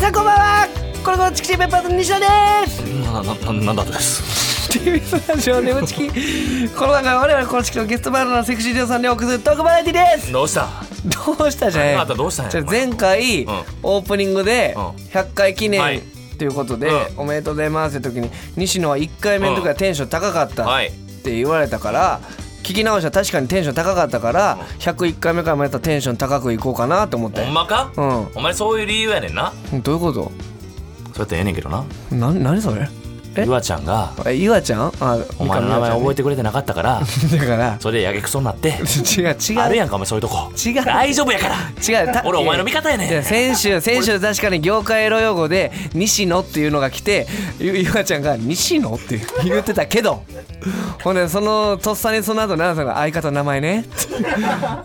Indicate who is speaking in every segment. Speaker 1: さんこんばんはコロコロチキチキペッパーズの西田です
Speaker 2: ななななんだとです
Speaker 1: TBS ラジオネムチキこの番組は我々コロチキのゲストバーナーセクシー女優さんにお送りするトークバラエティです
Speaker 2: どうした
Speaker 1: どうしたじゃない
Speaker 2: あなたどうしたんや
Speaker 1: じゃあ前回、
Speaker 2: ん
Speaker 1: オープニングで
Speaker 2: うん
Speaker 1: 100回記念、
Speaker 2: はい
Speaker 1: ということで、
Speaker 2: う
Speaker 1: おめでとうございますって時に西野は1回目の時はテンション高かった
Speaker 2: はい
Speaker 1: って言われたから聞き直したら確かにテンション高かったから101回目からまたテンション高くいこうかなと思って
Speaker 2: ほんまか、
Speaker 1: うん
Speaker 2: お前そういう理由やねんな
Speaker 1: どういうこと
Speaker 2: そうやってええねんけどな
Speaker 1: な何それえ
Speaker 2: ゆわちゃんが
Speaker 1: えゆあちゃんあ
Speaker 2: お前の名前覚え
Speaker 1: え
Speaker 2: てくれてなかったから
Speaker 1: てだから
Speaker 2: それでやけくそになって
Speaker 1: 違う違う
Speaker 2: あるやんかお前そういうとこ
Speaker 1: 違う
Speaker 2: 大丈夫やから
Speaker 1: 違うた
Speaker 2: 俺お前の味方やねん
Speaker 1: い先週先週確かに業界エロ用語で「西野」っていうのが来てゆゆあちゃんが「西野」って言ってたけどほんでそのとっさにその後奈々さんが「相方の名前ね」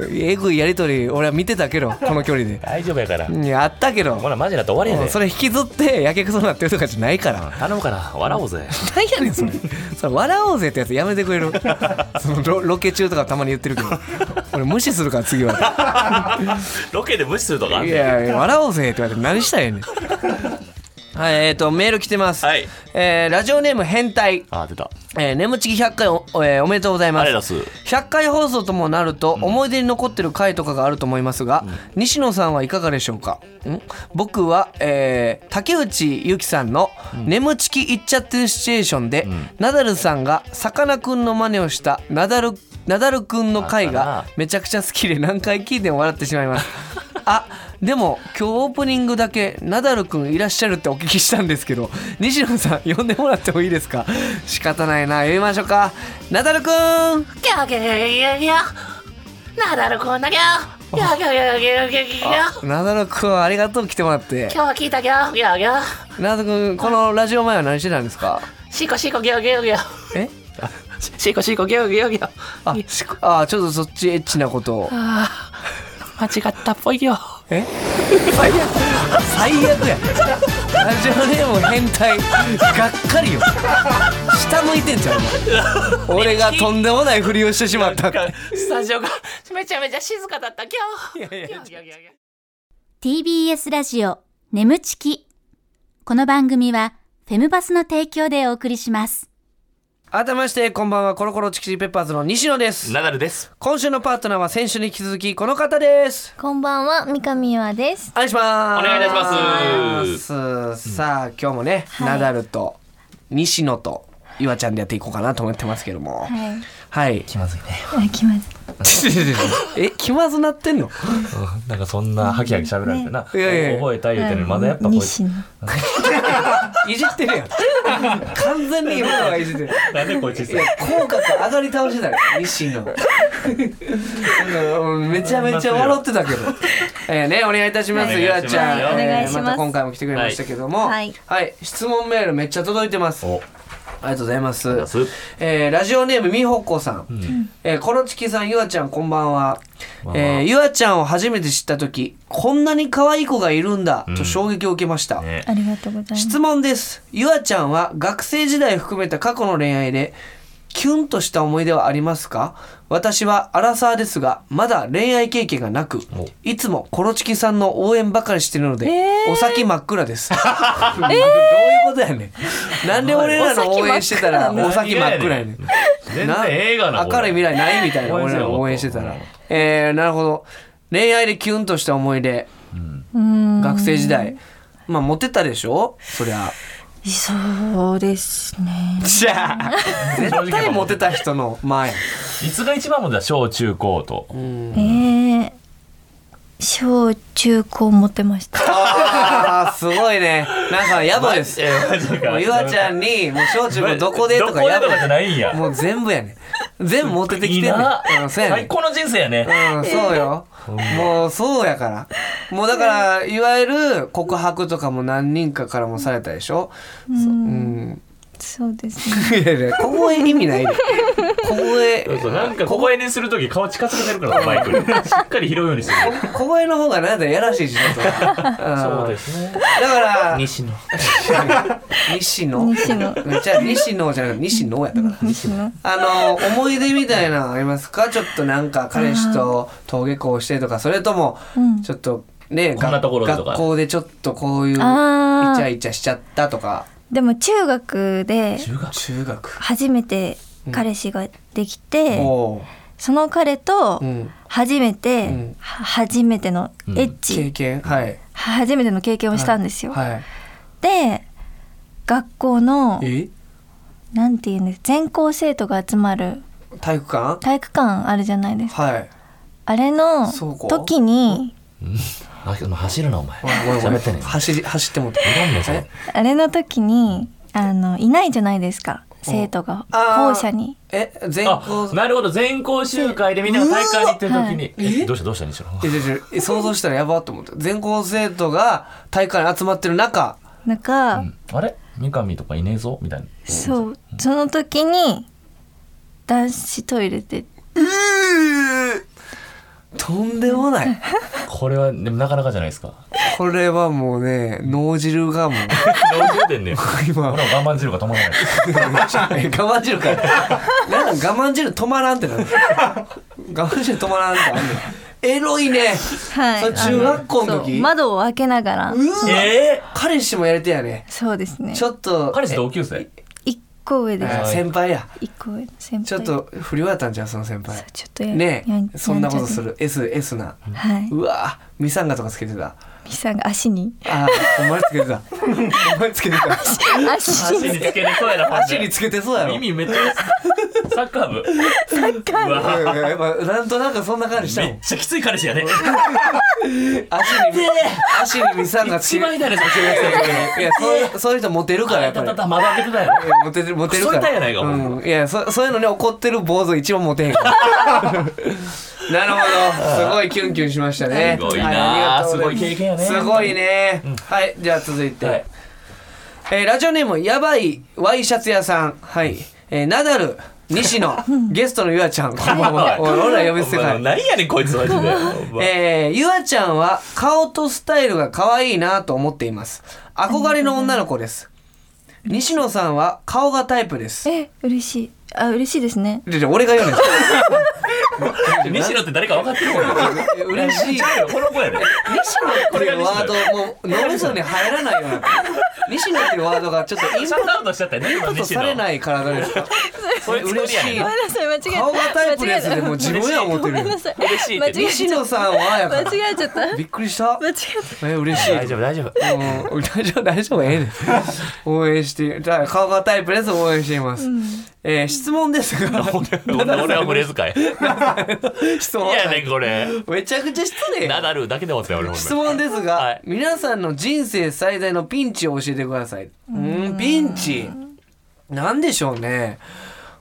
Speaker 1: えぐいやり取り俺は見てたけどこの距離で
Speaker 2: 大丈夫やから
Speaker 1: いやあったけ
Speaker 2: ほ
Speaker 1: ど
Speaker 2: らマジになって終わりやで
Speaker 1: それ引きずってやけくそになってるとかじゃないから
Speaker 2: 頼むから笑おうぜ
Speaker 1: 何やねんそれそれ笑おうぜってやつやめてくれるそのロロケ中とかたまに言ってるけど俺無視するから次は
Speaker 2: ロケで無視するとかあん
Speaker 1: い
Speaker 2: ねん
Speaker 1: やいや笑おうぜって言われて何したらええねんはいえー、とメール来てます、
Speaker 2: はい
Speaker 1: えーラジオネーム変態
Speaker 2: あ出た
Speaker 1: えー、眠ちき100回お,、えーおめでとうございま
Speaker 2: あ
Speaker 1: す
Speaker 2: れだす
Speaker 1: 100回放送ともなると思い出に残ってる回とかがあると思いますが、西野さんはいかがでしょうかん僕は、えー竹内ゆきさんの「眠ちき行っちゃってるシチュエーションで」ナダルさんがさかなクンの真似をしたナダルナダルくんの回
Speaker 2: あ
Speaker 1: が
Speaker 2: ったな
Speaker 1: めちゃくちゃ好きで何回聞いても笑ってしまいますあでも今日オープニングだけナダルくんいらっしゃるってお聞きしたんですけど西野さん呼んでもらってもいいですか仕方ないな呼びましょうかナダルくん
Speaker 3: ギャーギャーギャーギャーギャーナダルこんなギャーギャーギャーギャーギャーギャーギャーギャー
Speaker 1: ナダルくんありがとう来てもらって
Speaker 3: 今日は聞いたギャーギャーギャー
Speaker 1: ナダルくんこのラジオ前は何してたんですか
Speaker 3: シコシコギャーギャーギャー
Speaker 1: え
Speaker 3: シコシコギャーギャーギャー
Speaker 1: あしあちょっとそっちエッチなことを
Speaker 3: あー間違ったっぽいよ
Speaker 1: え最悪最悪やラジオネーム変態がっかりよ下向いてんじゃんお前俺がとんでもないふりをしてしまったって
Speaker 3: スタジオがめちゃめちゃ静かだったギャーギャーギャーギャーギャー
Speaker 4: TBS ラジオ眠ちきこの番組はフェムバスの提供でお送りします
Speaker 1: 改めましてこんばんはコロコロチキチキペッパーズの西野です
Speaker 2: ナダルです
Speaker 1: 今週のパートナーは先週に引き続きこの方です
Speaker 5: こんばんは、三上優愛です
Speaker 1: お。願いします。
Speaker 2: お願いいたします
Speaker 1: す。さあ、今日もね、
Speaker 5: い
Speaker 1: ナダルと西野と岩ちゃんでやっていこうかなと思ってますけども。
Speaker 5: はい。
Speaker 1: はい。
Speaker 2: 気まずいね
Speaker 5: あ、きます。
Speaker 1: え、気まずなってんの。
Speaker 2: なんかそんなハキハキ喋られてな、
Speaker 1: いやいやいや
Speaker 2: 覚えた言うてるのにまだやっぱこいつ
Speaker 5: 西野。
Speaker 1: いじってるやん。完全に今のがいじってる。
Speaker 2: なんでこいついつ
Speaker 1: いや、口角上がり倒してたね、西野。なんかうん めちゃめちゃ笑ってたけど。 えーね、お願いいたします、
Speaker 2: はい
Speaker 1: ゆあちゃん。
Speaker 2: お願いします
Speaker 1: えー
Speaker 5: お願いします
Speaker 1: また今回も来てくれましたけども。
Speaker 5: は
Speaker 1: はいい。質問メールめっちゃ届いてます。
Speaker 2: お
Speaker 1: ありがとうございます
Speaker 2: りがとうございま。
Speaker 1: えーラジオネームみほこさん。えーコロチキさん、ゆあちゃん、こんばんは。えーゆあちゃんを初めて知った時こんなに可愛い子がいるんだ、と衝撃を受けました。
Speaker 2: ね
Speaker 5: ありがとうございます。
Speaker 1: 質問です。ゆあちゃんは学生時代含めた過去の恋愛で、キュンとした思い出はありますか私はアラサーですが、まだ恋愛経験がなく、いつもコロチキさんの応援ばかりしてるので、お先真っ暗です。 どういうことやねん。なんで俺らの応援してたら、お
Speaker 2: お先
Speaker 1: 先真
Speaker 2: 真
Speaker 1: っ
Speaker 2: っ暗
Speaker 1: 暗
Speaker 2: やね
Speaker 1: やね
Speaker 2: ん
Speaker 1: ん。
Speaker 2: 全然映画なこれ
Speaker 1: 明るい未来ないみた いな、
Speaker 2: 応援
Speaker 1: 俺
Speaker 2: してなかっ
Speaker 1: ら
Speaker 2: た
Speaker 1: の応援してたら。えー、なるほど。恋愛でキュンとした思い出、
Speaker 5: うん。
Speaker 1: 学生時代。まあ、モテたでしょそりゃ。
Speaker 5: そうですね。
Speaker 1: じゃあ絶対モテた人の 前
Speaker 2: いつが一番もだ小中高と
Speaker 5: ええ。小中高持ってました。
Speaker 1: ああすごいねなんか野暮です
Speaker 2: えーマジ
Speaker 1: も
Speaker 2: か
Speaker 1: うゆあちゃんに「もう小中もどこで?」とか
Speaker 2: どこで
Speaker 1: や
Speaker 2: とかじゃないんや
Speaker 1: もう全部やねん全部モテてき
Speaker 2: いい
Speaker 1: てんね
Speaker 2: なん
Speaker 1: うんそうやね
Speaker 2: 最
Speaker 1: ん
Speaker 2: 高の人生やね
Speaker 1: うん、そうよ、もうそうやからもうだからいわゆる告白とかも何人かからもされたでしょ、うん、
Speaker 5: そうですね。
Speaker 1: いやいやここへ意味ないでここへ
Speaker 2: そうそうなんか小声にするとき顔近づけてるからマイクにしっかり拾うようにする
Speaker 1: 小声の方がなんだやらしいしちょっと
Speaker 2: そう
Speaker 1: う
Speaker 2: で
Speaker 1: ん
Speaker 2: すね
Speaker 1: だから
Speaker 2: 西野
Speaker 1: 西野
Speaker 5: 西野
Speaker 1: じゃあ西野じゃなくて西野やったから
Speaker 5: 西野。
Speaker 1: あの思い出みたいなのありますかちょっとなんか彼氏と登下校してとかそれとも
Speaker 5: うん
Speaker 1: ちょっとね
Speaker 2: こんなところでとか
Speaker 1: 学校でちょっとこういうイチ
Speaker 5: あー
Speaker 1: ャイチャしちゃったとか
Speaker 5: でも中学で
Speaker 2: 中学
Speaker 1: 中学
Speaker 5: 初めて彼氏ができて、
Speaker 1: おう
Speaker 5: その彼と
Speaker 1: うん
Speaker 5: 初めて、
Speaker 1: うん
Speaker 5: は初めてのエッチ、
Speaker 1: 経験はい
Speaker 5: 初めての経験をしたんですよ。
Speaker 1: はい
Speaker 5: で学校の
Speaker 1: え
Speaker 5: なんていうんです全校生徒が集まる
Speaker 1: 体育館
Speaker 5: 体育館あるじゃないですか
Speaker 1: はい
Speaker 5: あれの
Speaker 1: 倉庫
Speaker 5: 時に
Speaker 6: あお前走るなお前
Speaker 1: ごめんごめん
Speaker 6: 喋ってね
Speaker 1: 走り走ってもって
Speaker 6: いらんねんそれ
Speaker 1: え
Speaker 5: あれの時にあのいないじゃないですか生徒が
Speaker 1: あー
Speaker 5: 校舎に
Speaker 1: え全校
Speaker 2: あなるほど全校集会でみんなが大会に行ってる時に
Speaker 6: えどうしたどうした西野
Speaker 1: えちょちょえ想像したらやばと思って全校生徒が体育館に集まってる中
Speaker 5: なんか、
Speaker 6: あれ三上とかいねえぞみたいな
Speaker 5: そうその時に男子トイレで
Speaker 1: とんでもない
Speaker 6: これはでもなかなかじゃないです か
Speaker 1: これはもうね脳汁がもう
Speaker 2: 何言うてんねん
Speaker 1: 今
Speaker 6: 俺も我慢汁が止まらない
Speaker 1: え 我慢汁かなんか我慢汁止まらんってなる我慢汁止まらんってあんねんエロいね
Speaker 5: はい
Speaker 1: それ中学校の時
Speaker 5: あそう窓を開けながら
Speaker 1: うわ
Speaker 2: え
Speaker 1: 彼氏もやりてやね
Speaker 5: そうですね
Speaker 1: ちょっと
Speaker 2: ー彼氏同級生
Speaker 5: 一個上
Speaker 1: え
Speaker 5: です
Speaker 1: ー先輩や
Speaker 5: 一個上の先輩
Speaker 1: ちょっと不良やったんじゃんその先輩
Speaker 5: ちょっとや
Speaker 1: ね
Speaker 5: やん
Speaker 1: えそんなことす
Speaker 5: や
Speaker 1: る SS な
Speaker 5: ちゃってはいう
Speaker 1: わミサンガとかつけてた
Speaker 5: ミさんが足に
Speaker 1: あーお前つけて たお前つけてた
Speaker 5: 足
Speaker 2: 足に
Speaker 5: に
Speaker 2: つけてそうやなマ
Speaker 1: 足
Speaker 2: ジ
Speaker 1: に
Speaker 2: で
Speaker 1: つけてそうやろ
Speaker 2: 意味めっちゃサッカー部うわ
Speaker 1: うんうんやっぱなんとなくそんな感じした
Speaker 2: め
Speaker 1: も
Speaker 2: っ
Speaker 1: ん
Speaker 2: ちゃきつい彼氏やね
Speaker 1: 足に足にミサンガつ
Speaker 2: 一
Speaker 1: け
Speaker 2: 番痛いです中学生の時の
Speaker 1: いやそういうそういう人モテるからやっぱ
Speaker 2: た
Speaker 1: り
Speaker 2: たたまだ出てたよ
Speaker 1: いやモテるモテるから
Speaker 2: クソ痛いやないかほん
Speaker 1: うん、いやそそういうのに怒ってる坊主一番モテへんから なるほどすごいキュンキュンしましたね
Speaker 2: すごい
Speaker 1: は
Speaker 2: な
Speaker 1: あ
Speaker 2: あ
Speaker 1: りがと
Speaker 2: す
Speaker 1: う
Speaker 2: ご
Speaker 1: ござ
Speaker 2: い
Speaker 1: ます
Speaker 2: 経験やね
Speaker 1: すごいね、はいじゃあ続いて、
Speaker 2: はい
Speaker 1: えーラジオネームやばいワイシャツ屋さんはい、えーナダル西野ゲストのゆあちゃんこんばんはおい俺ら呼び捨てかい
Speaker 2: 何やねんこいつマ ジでお前
Speaker 1: えー、ゆあちゃんは顔とスタイルが可愛いなと思っています憧れの女の子です西野さんは顔がタイプです
Speaker 5: え嬉しいあ嬉しいですね
Speaker 1: でで俺が言うねん
Speaker 2: 西野って誰か分かってるもんね
Speaker 1: 嬉しい西
Speaker 2: 違うよこの子やね
Speaker 1: 野っていうワード
Speaker 2: こ
Speaker 1: もう脳みそに入らないような西野っていうワードがちょっとイン
Speaker 2: シ
Speaker 1: プ
Speaker 2: ャットアウトしちゃったよね今
Speaker 1: ット
Speaker 2: 西
Speaker 1: され
Speaker 2: 野
Speaker 1: ない体ですか
Speaker 2: そいつ無理やねん
Speaker 5: ごめんなさい間違えた
Speaker 1: 顔がタイプのやつでもう
Speaker 5: 間違
Speaker 1: 自分や思ってる
Speaker 5: えたごめん なさい
Speaker 2: 嬉しいって
Speaker 5: 間違
Speaker 1: 西
Speaker 5: え
Speaker 1: 野さんはや
Speaker 5: た
Speaker 1: から
Speaker 5: 間違えちゃった間違
Speaker 1: びっくりした
Speaker 5: えた
Speaker 1: え嬉しい
Speaker 6: 大丈夫大丈夫
Speaker 1: うん大丈夫 大丈夫ええね応援してじゃあ顔がタイプです応援しています、えー質問ですが
Speaker 2: どんな俺は無礼遣い
Speaker 1: 質問
Speaker 2: いやねんこれ
Speaker 1: めちゃくちゃ失礼
Speaker 2: ナダルだけで思ってたよ俺ほんまに
Speaker 1: 質問ですが、
Speaker 2: はい
Speaker 1: 皆さんの人生最大のピンチを教えてくださいうんピンチなんでしょうね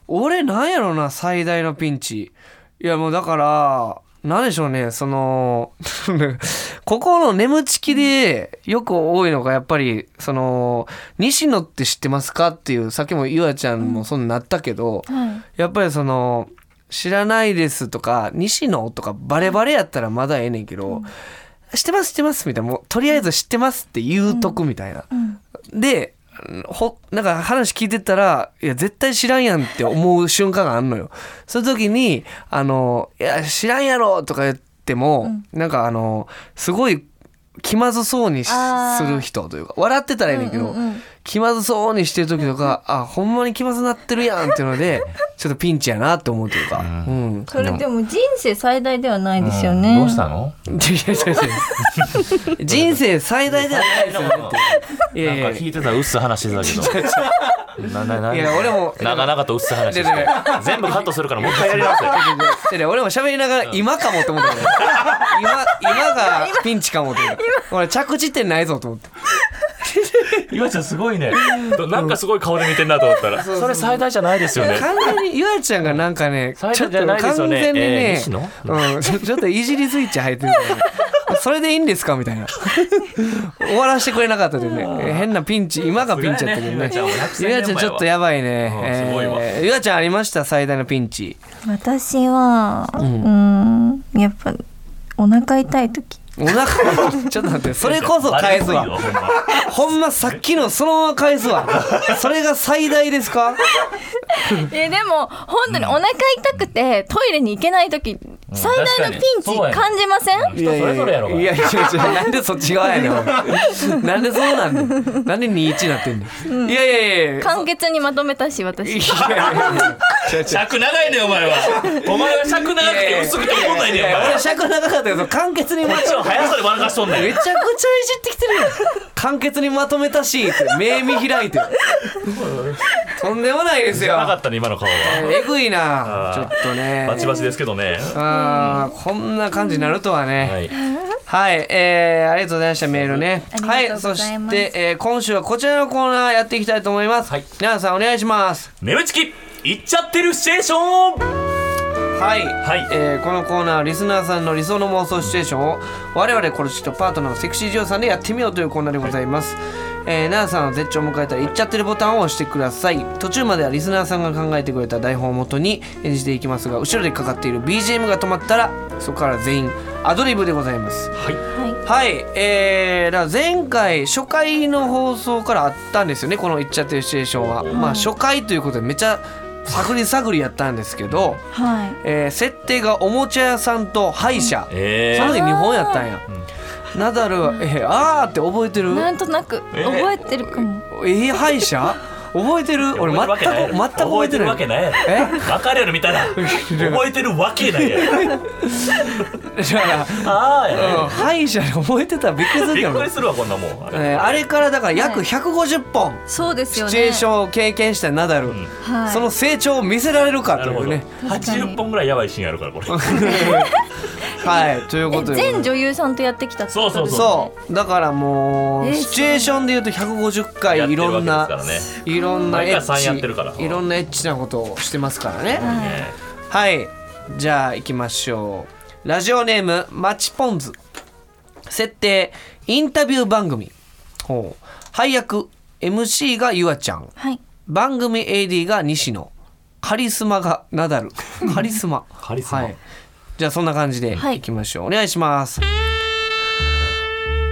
Speaker 1: 俺なんやろな最大のピンチいやもうだからなんでしょうねその ここの眠ちきでよく多いのがやっぱりその西野って知ってますかっていうさっきもゆあちゃんもそんなったけど、
Speaker 5: はい
Speaker 1: やっぱりその知らないですとか西野とかバレバレやったらまだええねんけど、知ってます知ってますみたいなもうとりあえず知ってますって言うとくみたいな、でほなんか話聞いてたらいや絶対知らんやんって思う瞬間があんのよそういう時に「あのいや知らんやろ」とか言っても、なんかあのすごい気まずそうにし
Speaker 5: あ
Speaker 1: す
Speaker 5: ー
Speaker 1: る人というか笑ってたらええねんけど、
Speaker 5: うんうんうん
Speaker 1: 気まずそうにしてる時とかあほんまに気まずなってるやんっていうのでちょっとピンチやなって思うというか、うん
Speaker 5: それでも人生最大ではないですよね
Speaker 6: どうしたの
Speaker 1: いやいやいやいや人生最大ではないですよねっていやい
Speaker 6: な
Speaker 1: や
Speaker 6: んか聞
Speaker 1: い
Speaker 6: いてたらうっす話してたけどななない
Speaker 1: や俺 も
Speaker 6: 長々とうっす話して
Speaker 1: でで
Speaker 6: 全部カットするからもう一回やり直せ
Speaker 1: やいや俺も喋りながら今かもって思ったけど今今がピンチかもって思った俺着地点ないぞと思って
Speaker 2: 岩ちゃんすごいね
Speaker 6: どなんかすごい顔で見てんなと思ったらそれ最大じゃないですよね
Speaker 1: 完全にゆあちゃんがなんかねちょっ と
Speaker 6: 最大じゃないで
Speaker 1: 完
Speaker 6: すよね
Speaker 1: 全に
Speaker 6: えー
Speaker 1: ね
Speaker 6: 西野
Speaker 1: うんちょちょっといじりスイッチ入ってるからねそ れでいいんですかみたいな 終わらせてくれなかったでねえ変なピンチ今がピンチやったけどね
Speaker 2: すごいねゆあちゃん
Speaker 1: ゆあちゃんちょっとやばいね
Speaker 2: うん
Speaker 1: えー
Speaker 2: すごいわ
Speaker 1: ゆあちゃんありました最大のピンチ
Speaker 5: 私はうんんやっぱお腹痛い時
Speaker 1: お腹 ちょっと待ってそれこそ返すわ
Speaker 2: ほんま
Speaker 1: ほんまさっきのそのまま返すわそれが最大ですか
Speaker 5: えでも本当にお腹痛くてトイレに行けない時最大のピン
Speaker 6: そうや
Speaker 5: チ
Speaker 6: ね
Speaker 5: 感じません
Speaker 6: 人それぞれやろが
Speaker 1: いやいやいやいやなんでそっち側やねん お前なんでそうなんねんなんで21になってんねん、いやいやいやいや
Speaker 5: 簡潔にまとめたし
Speaker 1: い
Speaker 5: 私
Speaker 1: やいやいや
Speaker 6: 尺長いねお前はお前は尺長くて薄くておもんないね
Speaker 1: い
Speaker 6: お前
Speaker 1: や俺
Speaker 6: は
Speaker 1: 尺長かったけど簡潔にま
Speaker 6: こっちの速さで笑かしとんねん
Speaker 1: めちゃくちゃいじってきてるやん簡潔にまとめたしって目見開いてとんでもないです
Speaker 6: なか
Speaker 1: よ
Speaker 6: ったね今の顔は
Speaker 1: えぐいな
Speaker 6: あー
Speaker 1: ちょっとね
Speaker 6: バチバチですけどね
Speaker 1: あーこんな感じになるとはね、
Speaker 6: はい
Speaker 1: はい、えー、ありがとうございました、メールね。
Speaker 5: ありが
Speaker 1: は
Speaker 5: と
Speaker 1: い、そ
Speaker 5: うござい
Speaker 1: し
Speaker 5: ます
Speaker 1: て、えー、今週はこちらのコーナーやっていきたいと思います。
Speaker 6: はい
Speaker 1: 皆さんお願いします。
Speaker 6: 眠ちき行っちゃってるシチュエーション
Speaker 1: はい。
Speaker 6: はい
Speaker 1: えーこのコーナーはリスナーさんの理想の妄想シチュエーションを我々コロチキとパートナーのセクシージオさんでやってみようというコーナーでございます、えー、奈々さんは絶頂を迎えたら「行っちゃってる」ボタンを押してください途中まではリスナーさんが考えてくれた台本をもとに演じていきますが後ろでかかっている BGM が止まったらそこから全員アドリブでございますはい、えー、だから前回初回の放送からあったんですよねこの「いっちゃってるシチュエーションは」まあ初回ということでめちゃ探り探りやったんですけど、
Speaker 5: はい
Speaker 1: えー設定がおもちゃ屋さんと歯医者、
Speaker 6: え
Speaker 1: その時日本やったんや、ナダルは「えー、あー」って覚えてる
Speaker 5: なんとなく覚えてるかも、
Speaker 1: えー、歯医者覚えてる俺全く全く覚え
Speaker 6: 覚
Speaker 1: て
Speaker 6: え
Speaker 1: な
Speaker 6: て
Speaker 1: い
Speaker 6: るわけないやろ
Speaker 1: え
Speaker 6: 分かるやろ見た ら覚えてるわけないやろ
Speaker 1: だ から
Speaker 6: ああ
Speaker 1: う
Speaker 6: や
Speaker 1: ん歯医者で覚えてたらびっくりする
Speaker 6: ろ
Speaker 1: け
Speaker 6: びっ
Speaker 1: ど
Speaker 6: くりするわこんなもん
Speaker 1: えーあれからだから約150本、
Speaker 5: そうですよ
Speaker 1: シ
Speaker 5: ね
Speaker 1: チュエーションを経験したナダル、
Speaker 6: ん
Speaker 5: はい、
Speaker 1: その成長を見せられるか
Speaker 6: な
Speaker 1: とい
Speaker 6: るほ
Speaker 1: う
Speaker 6: ど
Speaker 1: ね。
Speaker 6: 80本ぐらいやばいシーンあるか らこれ
Speaker 1: はい、というこ
Speaker 5: え
Speaker 1: と
Speaker 5: 全
Speaker 1: で。
Speaker 5: 女優さんとやってきたってことですね
Speaker 1: そうだからもう、
Speaker 5: えー
Speaker 1: シチュエーションで言うと150回
Speaker 6: やって
Speaker 1: い
Speaker 6: る
Speaker 1: ろ
Speaker 6: わ
Speaker 1: ん
Speaker 6: けですか
Speaker 1: な、
Speaker 6: らね
Speaker 1: いろんなエ
Speaker 6: 毎回
Speaker 1: ッ
Speaker 6: 3や
Speaker 1: チ
Speaker 6: ってるから
Speaker 1: いろんなエッチなことをしてますからね、
Speaker 5: はい
Speaker 6: ね
Speaker 1: はいじゃあ行きましょうラジオネームマチポンズ設定インタビュー番組ほう配役 MC がゆあちゃん
Speaker 5: はい
Speaker 1: 番組 AD が西野カリスマがナ ダルカリスマ
Speaker 6: カリスマ
Speaker 1: い、じゃあそんな感じで
Speaker 5: はい
Speaker 1: いきましょう、お願いします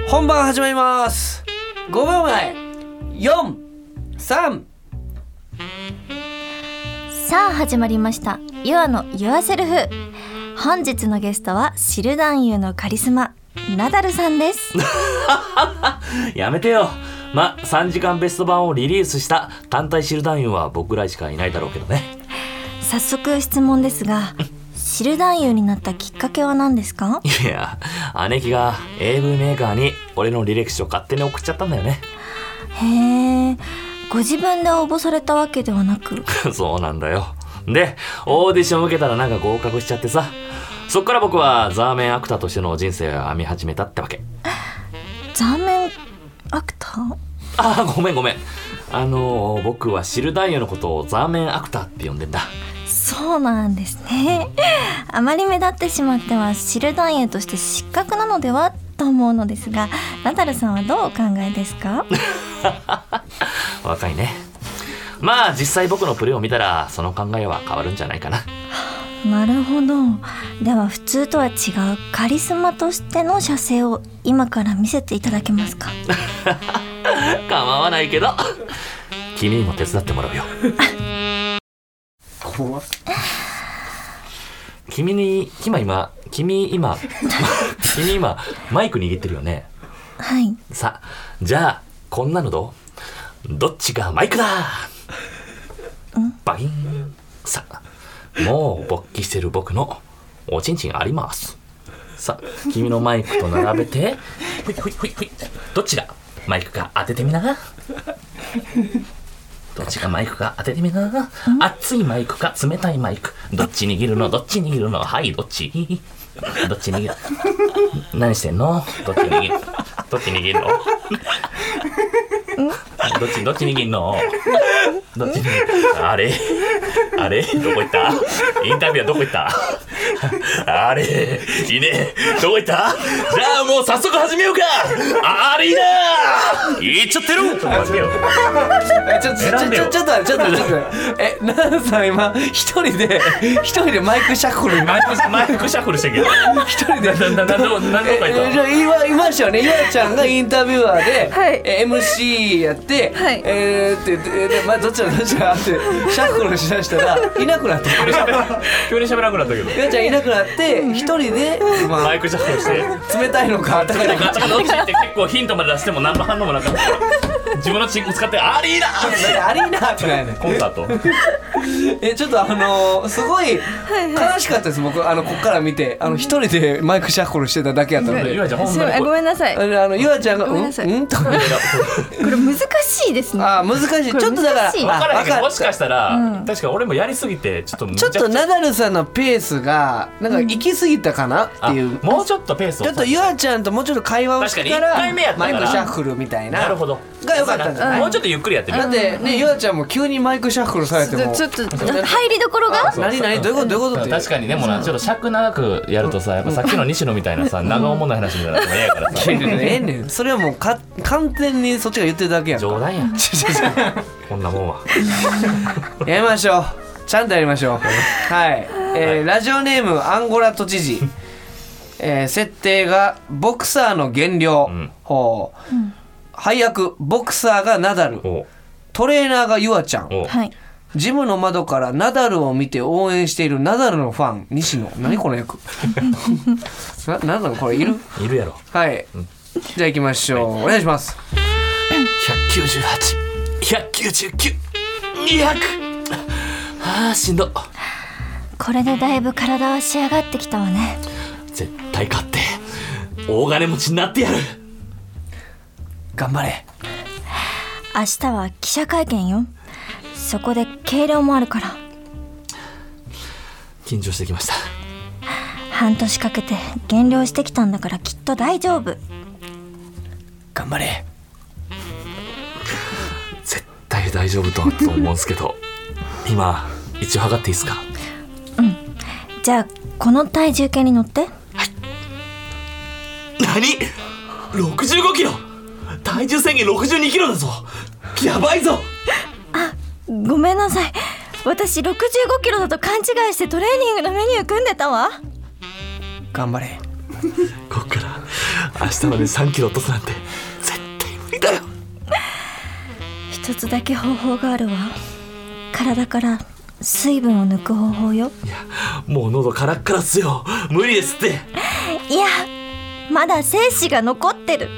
Speaker 1: 本番始まります5秒前43
Speaker 5: さあ始まりました「You r の YourSelf」本日のゲストはシルダンユのカリスマナダルさんです
Speaker 6: やめてよまあ3時間ベスト版をリリースした単体シルダンユンは僕らしかいないだろうけどね
Speaker 5: 早速質問ですがシルダンユになったきっかけは何ですか
Speaker 6: いや姉貴が AV メーカーに俺の履歴書勝手に送っちゃったんだよね
Speaker 5: へえご自分で応募されたわけではなく
Speaker 6: そうなんだよでオーディション受けたらなんか合格しちゃってさそっから僕はザーメンアクターとしての人生を編み始めたってわけ
Speaker 5: ザーメンアクター
Speaker 6: あーごめんごめんあのー僕はシルダンユのことをザーメンアクターって呼んでんだ
Speaker 5: そうなんですねあまり目立ってしまってはシルダンユとして失格なのではと思うのですがナダルさんはどうお考えですか
Speaker 6: 若いねまあ実際僕のプレーを見たらその考えは変わるんじゃないかな
Speaker 5: なるほどでは普通とは違うカリスマとしての写生を今から見せていただけますか
Speaker 6: 構わないけど君にも手伝ってもらうよ君に今今君今 君今マイク握ってるよね
Speaker 5: はい
Speaker 6: さじゃあこんなのどうどっちがマイクだバギンさもう勃起してる僕のおちんちんありますさ君のマイクと並べてほいほいほいほいどっちがマイクか当ててみなどっちがマイクか当ててみな熱いマイクか冷たいマイクどっち握るのどっち握るのはいどっち どっち握る何してんのどっち握るどっち握るのどっちどっち握るのどっち握るあれあれどこ行ったインタビューはどこ行ったあれいねえどこ行ったじゃあもう早速始めようかあれいいな行っちゃってる待てよ
Speaker 1: えちょちょち
Speaker 6: 選んでよ
Speaker 1: ょちょちょっと待ってちょっと待ってちょっと待 ってえ奈々さん今一人で一人でマイクシャッフル
Speaker 6: マイクマイクシャッフルしてんけど
Speaker 1: 一人で
Speaker 6: ななな何度何
Speaker 1: え
Speaker 6: 度か
Speaker 1: え
Speaker 6: 言
Speaker 1: じ
Speaker 6: っ
Speaker 1: ゃあ言わいましたよねゆあちゃんがインタビュアーで、
Speaker 5: はい
Speaker 1: え MC やって、
Speaker 5: はい
Speaker 1: えーって言ってえで、まあ、 どっちだどっちだってシャッフルしだしたらいなくなって
Speaker 6: た急に喋らんくなったけど
Speaker 1: ゆあちゃんいなくなって一人でま
Speaker 2: マ
Speaker 1: あ
Speaker 2: イクジャックをして。
Speaker 1: 冷たいのか温かいの
Speaker 6: ガ
Speaker 1: か
Speaker 6: チャガチャ落ちて結構ヒントまで出しても何の反応もなかった。自分のチンコ使ってアリーナー
Speaker 1: なんかありーなってないね
Speaker 2: コンサート。
Speaker 1: えちょっとあのーすごい悲しかったです僕あのこっから見てあの一人でマイクシャッフルしてただけやったの
Speaker 2: ゆ
Speaker 1: で。
Speaker 2: あちゃんほん
Speaker 5: す
Speaker 2: ま
Speaker 5: ごい
Speaker 2: に
Speaker 5: あ
Speaker 2: これ。
Speaker 5: ごめんなさい。
Speaker 1: あ
Speaker 5: こ
Speaker 1: のゆあちゃんが「
Speaker 5: ごめん
Speaker 1: うん?」
Speaker 5: なさい
Speaker 1: んとか
Speaker 5: れ難しいですね。
Speaker 1: あー難しいち
Speaker 5: こ
Speaker 1: ょ
Speaker 5: れ
Speaker 1: っとだから
Speaker 5: 難しい
Speaker 1: あ
Speaker 6: わからへんけどもしか
Speaker 1: た
Speaker 6: したら確か俺もやりすぎてちょっとむ
Speaker 1: ちょっ
Speaker 6: ちゃ
Speaker 1: と
Speaker 6: くち
Speaker 1: ナ
Speaker 6: ゃ
Speaker 1: ダルさんのペースがなんか行き過ぎたかなっていう
Speaker 6: あもうちょっとペースを
Speaker 1: ちょっとゆあちゃんともうちょっと会話をしてか
Speaker 6: 確かに一回目やっ
Speaker 1: ら
Speaker 6: たか
Speaker 1: マ
Speaker 6: ら
Speaker 1: イクシャッフルみたいな
Speaker 6: なるほど
Speaker 1: が良かったんじゃない
Speaker 6: もうちょっとゆっくりやってみ
Speaker 1: だっ
Speaker 6: よう
Speaker 1: てねゆあちゃんも急にマイクシャッフルされて
Speaker 5: ちょ
Speaker 1: も
Speaker 5: っと入りどころが
Speaker 6: そう
Speaker 1: 何何どういうことどういうことって
Speaker 6: 確かにでもなちょっと尺長くやるとさやっぱさっきの西野みたいなさ長おもんない話みたいなのが嫌やからさ
Speaker 1: ええねんそれはもうか完全にそっちが言ってるだけやん
Speaker 6: 冗談やこんなもんは
Speaker 1: やりましょうちゃんとやりましょうはい、えーラジオネームアンゴラ都知事、えー設定がボクサーの減量、
Speaker 6: ん
Speaker 1: ほう配役ボクサーがナダル
Speaker 6: おう
Speaker 1: トレーナーがユアちゃん
Speaker 6: おう
Speaker 5: はい。
Speaker 1: ジムの窓からナダルを見て応援しているナダルのファン西野何この役な何なのこれいる
Speaker 6: いるやろ
Speaker 1: はい、じゃあ行きましょう、お願いします
Speaker 6: 198199200200あーしんど
Speaker 5: これでだいぶ体は仕上がってきたわね。
Speaker 6: 絶対勝って大金持ちになってやる
Speaker 1: 頑張れ
Speaker 5: 明日は記者会見よ。そこで計量もあるから。
Speaker 6: 緊張してきました
Speaker 5: 半年かけて減量してきたんだからきっと大丈夫。
Speaker 1: 頑張れ
Speaker 6: 絶対大丈夫とと思うんですけど今一応測っていいですか
Speaker 5: じゃあこの体重計に乗って。
Speaker 6: 何 ?65 キロ体重制限62キロだぞやばいぞ
Speaker 5: ごめんなさい。私65キロだと勘違いしてトレーニングのメニュー組んでたわ。
Speaker 1: 頑張れ
Speaker 6: こっから明日まで3キロ落とすなんて絶対無理だよ
Speaker 5: 一つだけ方法があるわ。体から水分を抜く方法よ。
Speaker 6: いやもう喉カラッカラっすよ無理ですって
Speaker 5: いや、まだ精子が残ってる。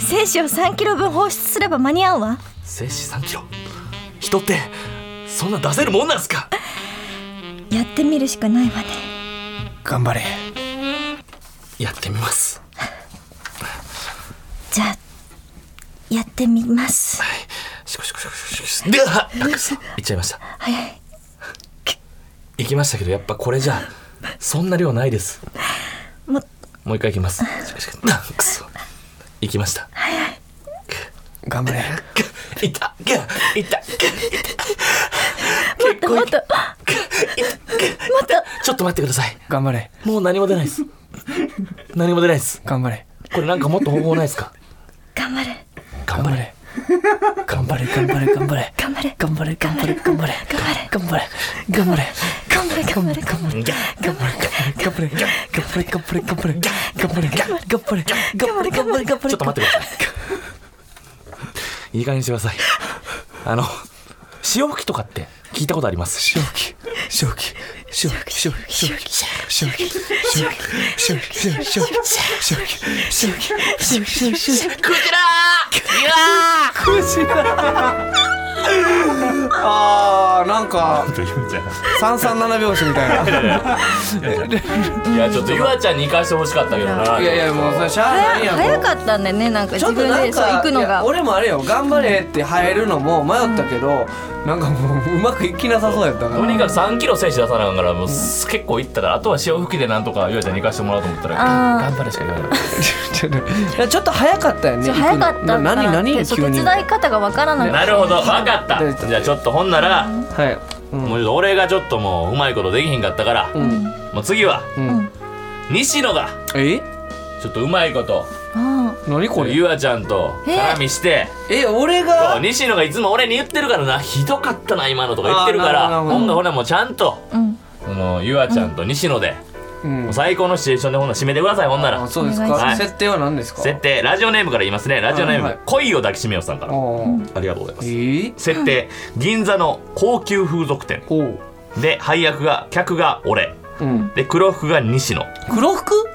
Speaker 5: 精子を3キロ分放出すれば間に合うわ。
Speaker 6: 精子3キロ人ってそんな出せるもんなんすか
Speaker 5: やってみるしかないわね。
Speaker 1: 頑張れ
Speaker 6: やってみます
Speaker 5: じゃあ、やってみ ます。
Speaker 6: シコシコシコシコシコではあくそいっちゃいました
Speaker 5: 早い。
Speaker 6: 行きましたけどやっぱこれじゃそんな量ないです
Speaker 5: も
Speaker 6: もう一回行きますシコシコあくそ行きました
Speaker 1: 頑張れ
Speaker 6: いったいった
Speaker 5: もっともっと、
Speaker 6: ちょっと待ってください
Speaker 1: 頑張れ
Speaker 6: もう何も出ないです何も出ないです
Speaker 1: 頑張れ
Speaker 6: これなんかもっと方法ないですか
Speaker 5: 頑張れ、
Speaker 6: 頑張れ
Speaker 1: 頑張れ頑張れ頑張れ
Speaker 5: 頑張れ、
Speaker 1: 頑張れ頑張れ頑張れ
Speaker 5: 頑張れ、
Speaker 1: 頑張れ頑張れ
Speaker 5: 頑張れ、頑張れ、頑張れ、頑
Speaker 1: 頑張
Speaker 5: 張れ、
Speaker 1: れ頑張れ頑張れ頑張れ頑張れ頑張れ頑張れ頑張れ頑張れ頑張れ頑張れ
Speaker 6: ちょっと待ってください。いい加減にしてください。あの、潮吹きとかって聞いたことあります。
Speaker 1: 正気正気正気正気正気正気正気正気正気正気正気正気正気正気正気
Speaker 6: クジラ
Speaker 1: あーなんか
Speaker 2: と言うんじゃない
Speaker 1: 三三七拍子みたいない
Speaker 6: や、ちょっとゆあちゃんに行かしてほしかったけどな。
Speaker 1: いやいやもうそれしゃあないやん
Speaker 5: 早かったんだよね、なんか
Speaker 1: ちょ
Speaker 5: 自
Speaker 1: っとな
Speaker 5: 分
Speaker 1: ん
Speaker 5: でそう
Speaker 1: か
Speaker 5: 行くの
Speaker 1: いや
Speaker 5: が。
Speaker 1: 俺もあれよ頑張れって入るのも迷ったけど、なんかもううまくいきなさそうやったから
Speaker 6: とにかく3キロ選手出さなあかんからもう結構いったからあとは潮吹きでなんとかゆあちゃんに行かしてもらおうと思ったら頑張れしか言わない
Speaker 1: ちょっとい やちょっと早かったよね
Speaker 5: ちょ早かったから
Speaker 1: な何何
Speaker 5: そう手
Speaker 1: 急に
Speaker 5: 伝い方がわからなか
Speaker 6: な
Speaker 5: っ
Speaker 6: るほど分かったじゃあちょっとほんならも
Speaker 1: はい、うん
Speaker 6: うちょっと俺がちょっともううまいことできひんかったから
Speaker 1: うん
Speaker 6: もう次は
Speaker 1: うん、
Speaker 6: 西野が
Speaker 1: え
Speaker 6: ちょっとうまいこと
Speaker 5: た。うん
Speaker 1: 何これ
Speaker 6: ゆあちゃんと絡みして
Speaker 1: え俺
Speaker 6: そう
Speaker 1: が
Speaker 6: 西野がいつも俺に言ってるからなひどかったな今のとか言ってるか
Speaker 1: あーなる
Speaker 6: ら
Speaker 1: ほどなるほど
Speaker 6: ほんがほなもうちゃんと
Speaker 5: うん、
Speaker 6: そのゆあちゃんと西野で
Speaker 1: うん
Speaker 6: もう最高のシチュエーションでほんな締めてくださいほんな
Speaker 1: あ
Speaker 6: ら
Speaker 1: そうですか、
Speaker 5: お願
Speaker 6: いします
Speaker 1: 設定は何ですか
Speaker 6: 設定ラジオネームから言いますねラジオネーム、
Speaker 1: はいはい
Speaker 6: 恋を抱きしめようさんか
Speaker 1: あ
Speaker 6: ら
Speaker 1: ー
Speaker 6: ありがとうございま
Speaker 1: え
Speaker 6: す、
Speaker 1: ー、
Speaker 6: 設定銀座の高級風俗店
Speaker 1: おう
Speaker 6: で配役が客が俺
Speaker 1: うん
Speaker 6: で黒服が西野
Speaker 1: 黒服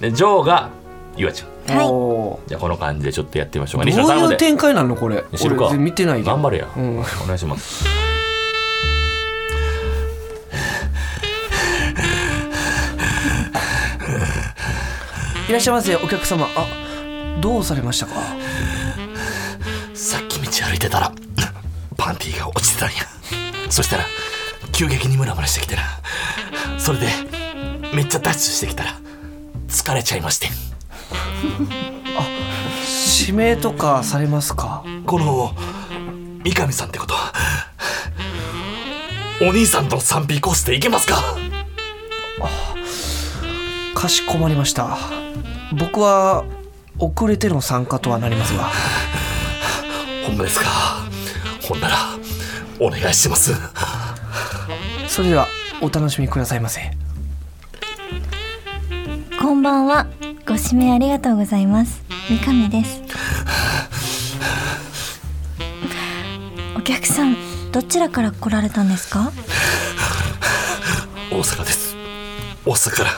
Speaker 6: でジョーが岩ちゃん
Speaker 5: はい
Speaker 1: おー
Speaker 6: じゃあこの感じでちょっとやってみましょうか西野
Speaker 1: どう
Speaker 6: さんま
Speaker 1: いう
Speaker 6: で
Speaker 1: 展開なのこれ
Speaker 6: 知るか
Speaker 1: 俺見てないけど
Speaker 6: 頑張れや、
Speaker 1: うん
Speaker 6: お願いします
Speaker 1: いらっしゃいませお客様あどうされましたか
Speaker 6: さっき道歩いてたらパンティーが落ちてたんやそしたら急激にムラムラしてきてなそれでめっちゃダッシュしてきたら疲れちゃいまして
Speaker 1: 指名とかされますか
Speaker 6: この三上さんってことはお兄さんと 3P コースでいけますか
Speaker 1: かしこまりました僕は遅れての参加とはなりますが
Speaker 6: ほんまですかほんならお願いします
Speaker 1: それではお楽しみくださいませ
Speaker 5: こんばんはご指名ありがとうございます三上ですお客さんどちらから来られたんですか
Speaker 6: 大阪です大阪から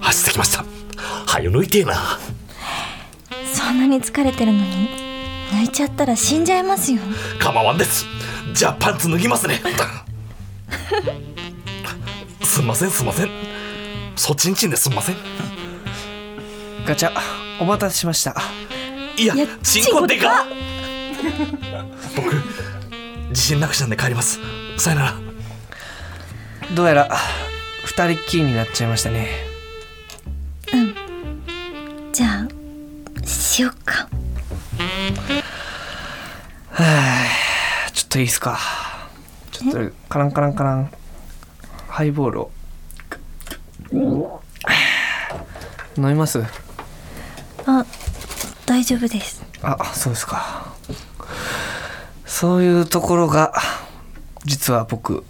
Speaker 6: 走ってきましたはよ抜いてえな
Speaker 5: そんなに疲れてるのに泣いちゃったら死んじゃいますよ
Speaker 6: 構わんですじゃあパンツ脱ぎますねすんませんすんませんそっちんちんですんません
Speaker 1: ガチャお待たせしました
Speaker 6: いや
Speaker 5: いや
Speaker 6: チンコでかっ僕自信なくしたんで帰りますさよなら
Speaker 1: どうやら二人っきりになっちゃいましたね
Speaker 5: じゃあしよっか
Speaker 1: ちょっといいっすかちょっとカランカランカランハイボールを飲みます
Speaker 5: あ大丈夫です
Speaker 1: あそうですかそういうところが実は僕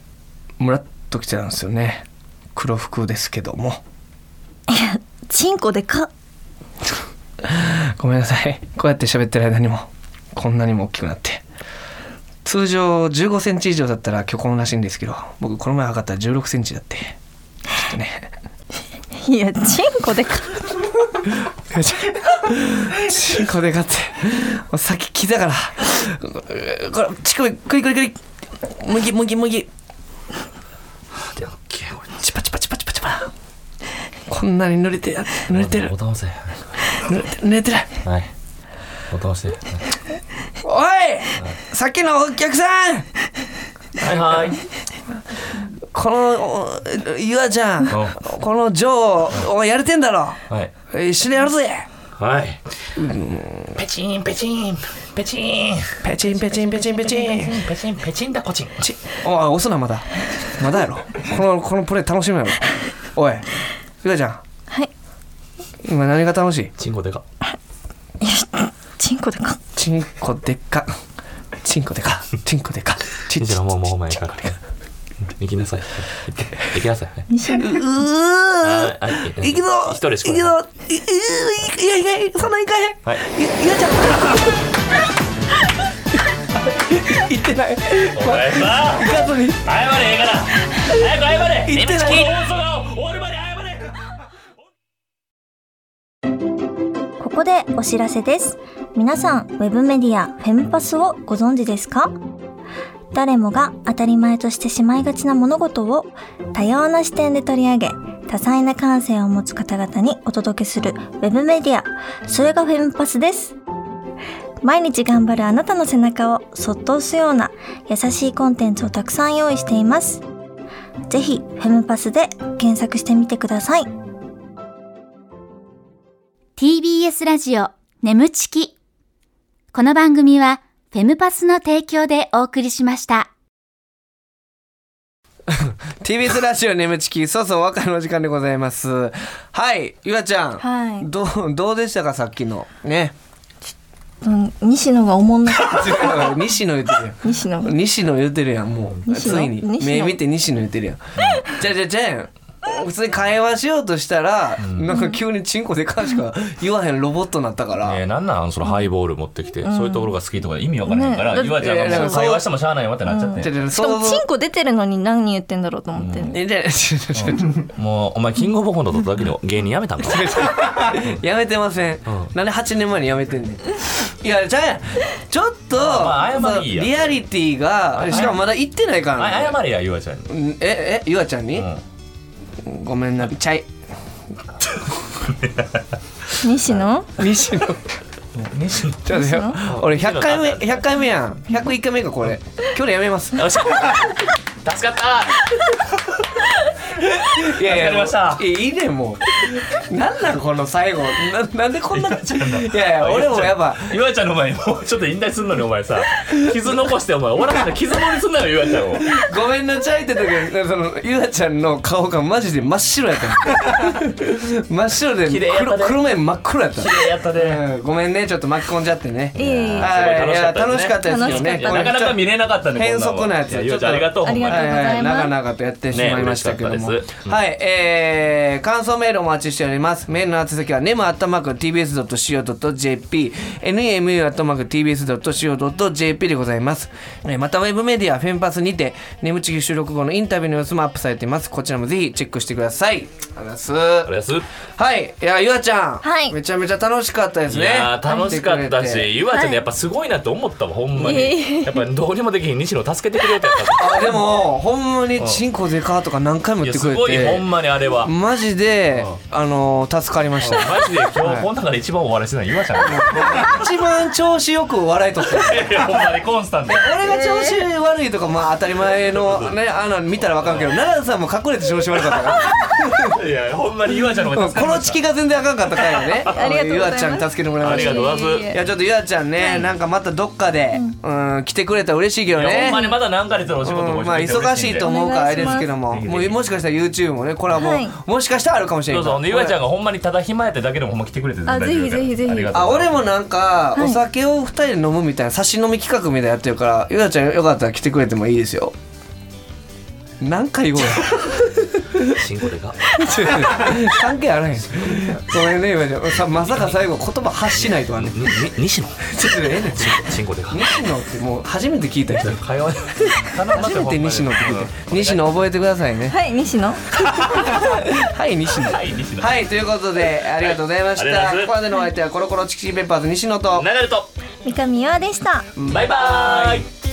Speaker 1: ムラっときちゃうんですよね黒服ですけども
Speaker 5: チンコでかっ
Speaker 1: ごめんなさいこうやって喋ってる間にもこんなにも大きくなって通常1 5センチ以上だったら虚婚らしいんですけど僕この前測ったら1 6センチだってちょっとね
Speaker 5: いやチンコでかっ
Speaker 1: チンコでかってもうさっき聞いたからこれ乳首クリクリクリむぎむぎむぎチパチパチパチパチパこんなに濡れてや濡れてる
Speaker 6: タン押
Speaker 1: 濡れて濡れてる
Speaker 6: せはいボタン押して
Speaker 1: おいさっきのお客さん
Speaker 6: はいはい
Speaker 1: このおゆあちゃん
Speaker 6: お
Speaker 1: このジョーをやれてんだろ
Speaker 6: はい
Speaker 1: 一緒にやるぜ
Speaker 6: はい
Speaker 3: ペチンペチンペチン
Speaker 1: ペチンペチンペチンペチン
Speaker 3: ペチンペチンだこちん
Speaker 1: チおい押すなまだまだやろこのこのプレー楽しむやろおいゆあちゃん
Speaker 5: はい
Speaker 1: 今何が楽しい
Speaker 6: チンコでか
Speaker 5: よしチンコでかっ
Speaker 1: チンコでっかチンコでかチンコでかちち
Speaker 6: いじゃもうもうお前から行きなさい行って行きなさいはいは
Speaker 1: う
Speaker 6: い
Speaker 1: ーいくぞ
Speaker 6: 一人しか
Speaker 1: いくぞいいいやいやいやそんなんいかへん
Speaker 6: はい
Speaker 1: ゆゆあちゃんいってない
Speaker 6: お前さ
Speaker 1: 行かずに
Speaker 6: 謝れええから早く謝れ
Speaker 1: 行ってない
Speaker 6: NHK 放送が終わるまで謝れ
Speaker 5: ここでお知らせです。皆さん、ウェブメディアフェムパスをご存知ですか誰もが当たり前としてしまいがちな物事を多様な視点で取り上げ、多彩な感性を持つ方々にお届けするウェブメディア、それがフェムパスです。毎日頑張るあなたの背中をそっと押すような優しいコンテンツをたくさん用意しています。ぜひ、フェムパスで検索してみてください。
Speaker 4: TBS ラジオ眠ちき。この番組はフェムパスの提供でお送りしました。
Speaker 1: TBS ラジオ眠ちきそうそうお別れの時間でございますはいゆあちゃん、
Speaker 5: は
Speaker 1: どうどうでしたかさっきのね
Speaker 5: うん、西野がおもんな
Speaker 1: 西野言ってるやん
Speaker 5: 西野
Speaker 1: 西野言ってるやんもう
Speaker 5: 西野
Speaker 1: ついに
Speaker 5: 西野
Speaker 1: 目見て西野言ってるやんじゃあじゃあじゃあ普通に会話しようとしたら、なんか急にチンコでかしか言わへんロボットになったから、
Speaker 2: ねえなんなんそのハイボール持ってきて、そういうところが好きとか意味わからへんから、
Speaker 5: ね
Speaker 2: ゆわちゃん
Speaker 1: いやい
Speaker 2: が
Speaker 1: や
Speaker 2: 会話してもしゃあないわってなっちゃって、
Speaker 1: ちょちょ
Speaker 5: しかも
Speaker 1: 想像
Speaker 5: チンコ出てるのに何言ってんだろうと思って、
Speaker 1: えじゃあちょちょちょ
Speaker 6: もうお前キングオブコントだった時に芸人辞 めたんか
Speaker 1: やめてません、なんで8年前にやめてんねんいやちゃうやんちょっと、
Speaker 2: まあ謝りいいや
Speaker 1: リアリティがしかもまだ行ってないから
Speaker 2: あ
Speaker 1: ね
Speaker 2: 謝れやゆわちゃんに、
Speaker 1: うんええゆあちゃんに、
Speaker 2: うん
Speaker 1: ごめんなちゃい
Speaker 5: 西野
Speaker 1: 西野
Speaker 2: 西野
Speaker 1: ちょっとよ俺100回目100回目やん101回目かこれ今日でやめます
Speaker 6: よっしゃ助かった
Speaker 1: いやいや
Speaker 2: わかりました
Speaker 1: もういやいいねんもうなんなんこの最後ななんでこん ない
Speaker 2: んだ
Speaker 1: やいや 俺もや っぱ
Speaker 2: ゆわちゃんの前にもうちょっと引退すんのにお前 さ傷残してお前終わらせたら傷盛りすんなよゆわちゃんを
Speaker 1: ごめんなちゃいって時にそのゆあちゃんの顔がマジで真っ白やった の真っ白で
Speaker 2: 綺麗やった
Speaker 1: 黒
Speaker 2: ね
Speaker 1: 黒目真っ黒やったの
Speaker 2: やったね
Speaker 1: うんごめんねちょっと巻き込んじゃってね
Speaker 5: いえいえ
Speaker 1: はいいや
Speaker 2: すごい
Speaker 1: 楽
Speaker 2: 楽
Speaker 1: し
Speaker 2: し
Speaker 1: か
Speaker 2: か
Speaker 1: っ
Speaker 2: ったた
Speaker 1: で
Speaker 2: ですす
Speaker 5: ね
Speaker 2: ね
Speaker 1: よね
Speaker 2: いやな
Speaker 5: 楽し
Speaker 2: かなか見れなかったね
Speaker 1: 変
Speaker 2: こんんは
Speaker 1: 則なやつ
Speaker 2: いやゆわちゃんありがとう
Speaker 5: ありがとう
Speaker 1: はい
Speaker 5: ございます
Speaker 1: 長々とやってしまいましたけども、
Speaker 6: ね嬉しかったですうん
Speaker 1: はいえー、感想メールお待ちしておりますメールの宛先は nemu.tbs.co.jp nemu.tbs.co.jp でございますえーまたウェブメディアフェンパスにて眠ちぎ収録後のインタビューの様子もアップされていますこちらもぜひチェックしてくださいありがとうござい
Speaker 6: あ
Speaker 1: ま
Speaker 6: れ
Speaker 1: す
Speaker 6: ですい
Speaker 1: はいいやゆあちゃん、
Speaker 5: はい
Speaker 1: めちゃめちゃ楽しかったですね
Speaker 6: やー楽しかっ
Speaker 1: 来
Speaker 6: た
Speaker 1: てくれて
Speaker 6: しゆわちゃんねやっぱすごいなって思ったわほんまに やっぱどうにもできひん西野助けてくれよってやっ
Speaker 1: あでもほんまにチンコでかとか何回も
Speaker 6: たい
Speaker 1: 言って
Speaker 6: や
Speaker 1: く
Speaker 6: す
Speaker 1: れ
Speaker 6: ごいほん
Speaker 1: て
Speaker 6: まにあれはマ
Speaker 1: マジであのー助かりました
Speaker 6: ジで今日この中で一番お笑いしてないゆわちゃん
Speaker 1: 一番調子よく笑いとってる
Speaker 6: いやほんまにコンスタント
Speaker 1: 俺が調子悪いとかまあ当たり前のねあの見たらわかるけど奈良さんも隠れて調子悪かったか
Speaker 6: いやほんまにゆわちゃんの方
Speaker 1: ら
Speaker 6: が
Speaker 1: うんこの
Speaker 6: 助かりまし
Speaker 1: チキが全然あかんかったからね
Speaker 5: ありがとうございま
Speaker 1: ゆあ
Speaker 5: す
Speaker 1: ちゃんに助けてもらい
Speaker 6: たあ
Speaker 1: ま
Speaker 6: り
Speaker 1: し
Speaker 6: が
Speaker 1: た
Speaker 6: とうございます
Speaker 5: いえいえ
Speaker 1: いやちょっとゆあちゃんねなんかまたどっかでうん来てくれたら嬉しいけど
Speaker 6: いやほ
Speaker 1: ね
Speaker 6: んまにまだ何ヶ月のお仕事
Speaker 1: う
Speaker 6: も
Speaker 1: んまあ忙しいと思うからあれですけども
Speaker 6: お願いし
Speaker 1: も
Speaker 6: ます
Speaker 1: うもしかしたら YouTube もねコラボ
Speaker 5: はい
Speaker 1: もしかしたらあるかもしれ
Speaker 6: ど
Speaker 1: な
Speaker 6: う
Speaker 1: い
Speaker 6: ぞ、ゆわちゃんがほんまにただ暇やってだけでもほんま来てくれてる
Speaker 5: あぜひぜひぜひ
Speaker 6: ありがとう
Speaker 1: あ
Speaker 6: ござい
Speaker 1: 俺
Speaker 6: ます
Speaker 1: もなんかお酒を二人で飲むみたいな差し飲み企画みたいなやってるからゆなちゃんよかったら来てくれてもいいですよ何回言おうや
Speaker 6: 慎吾でか
Speaker 1: 関係あらへんごめんねゆなちゃんさまさか最後言葉発しないとはね
Speaker 6: にに西野
Speaker 1: ちょっとねええねん
Speaker 6: 慎吾で か
Speaker 1: 西野ってもう初めて聞いた人
Speaker 6: 会話
Speaker 1: 初
Speaker 6: 初
Speaker 1: めて西野って聞いた西野覚えてくださいね
Speaker 5: はい西野
Speaker 1: はい西野
Speaker 6: はい西野
Speaker 1: はいということでありがとうございまし
Speaker 6: はいありが
Speaker 1: た
Speaker 6: とうございま
Speaker 1: こ
Speaker 6: す
Speaker 1: こまでのお相手はコロコロチキチキペッパーズ西野と
Speaker 6: 流れと
Speaker 5: 三上優愛でした
Speaker 6: バイバーイ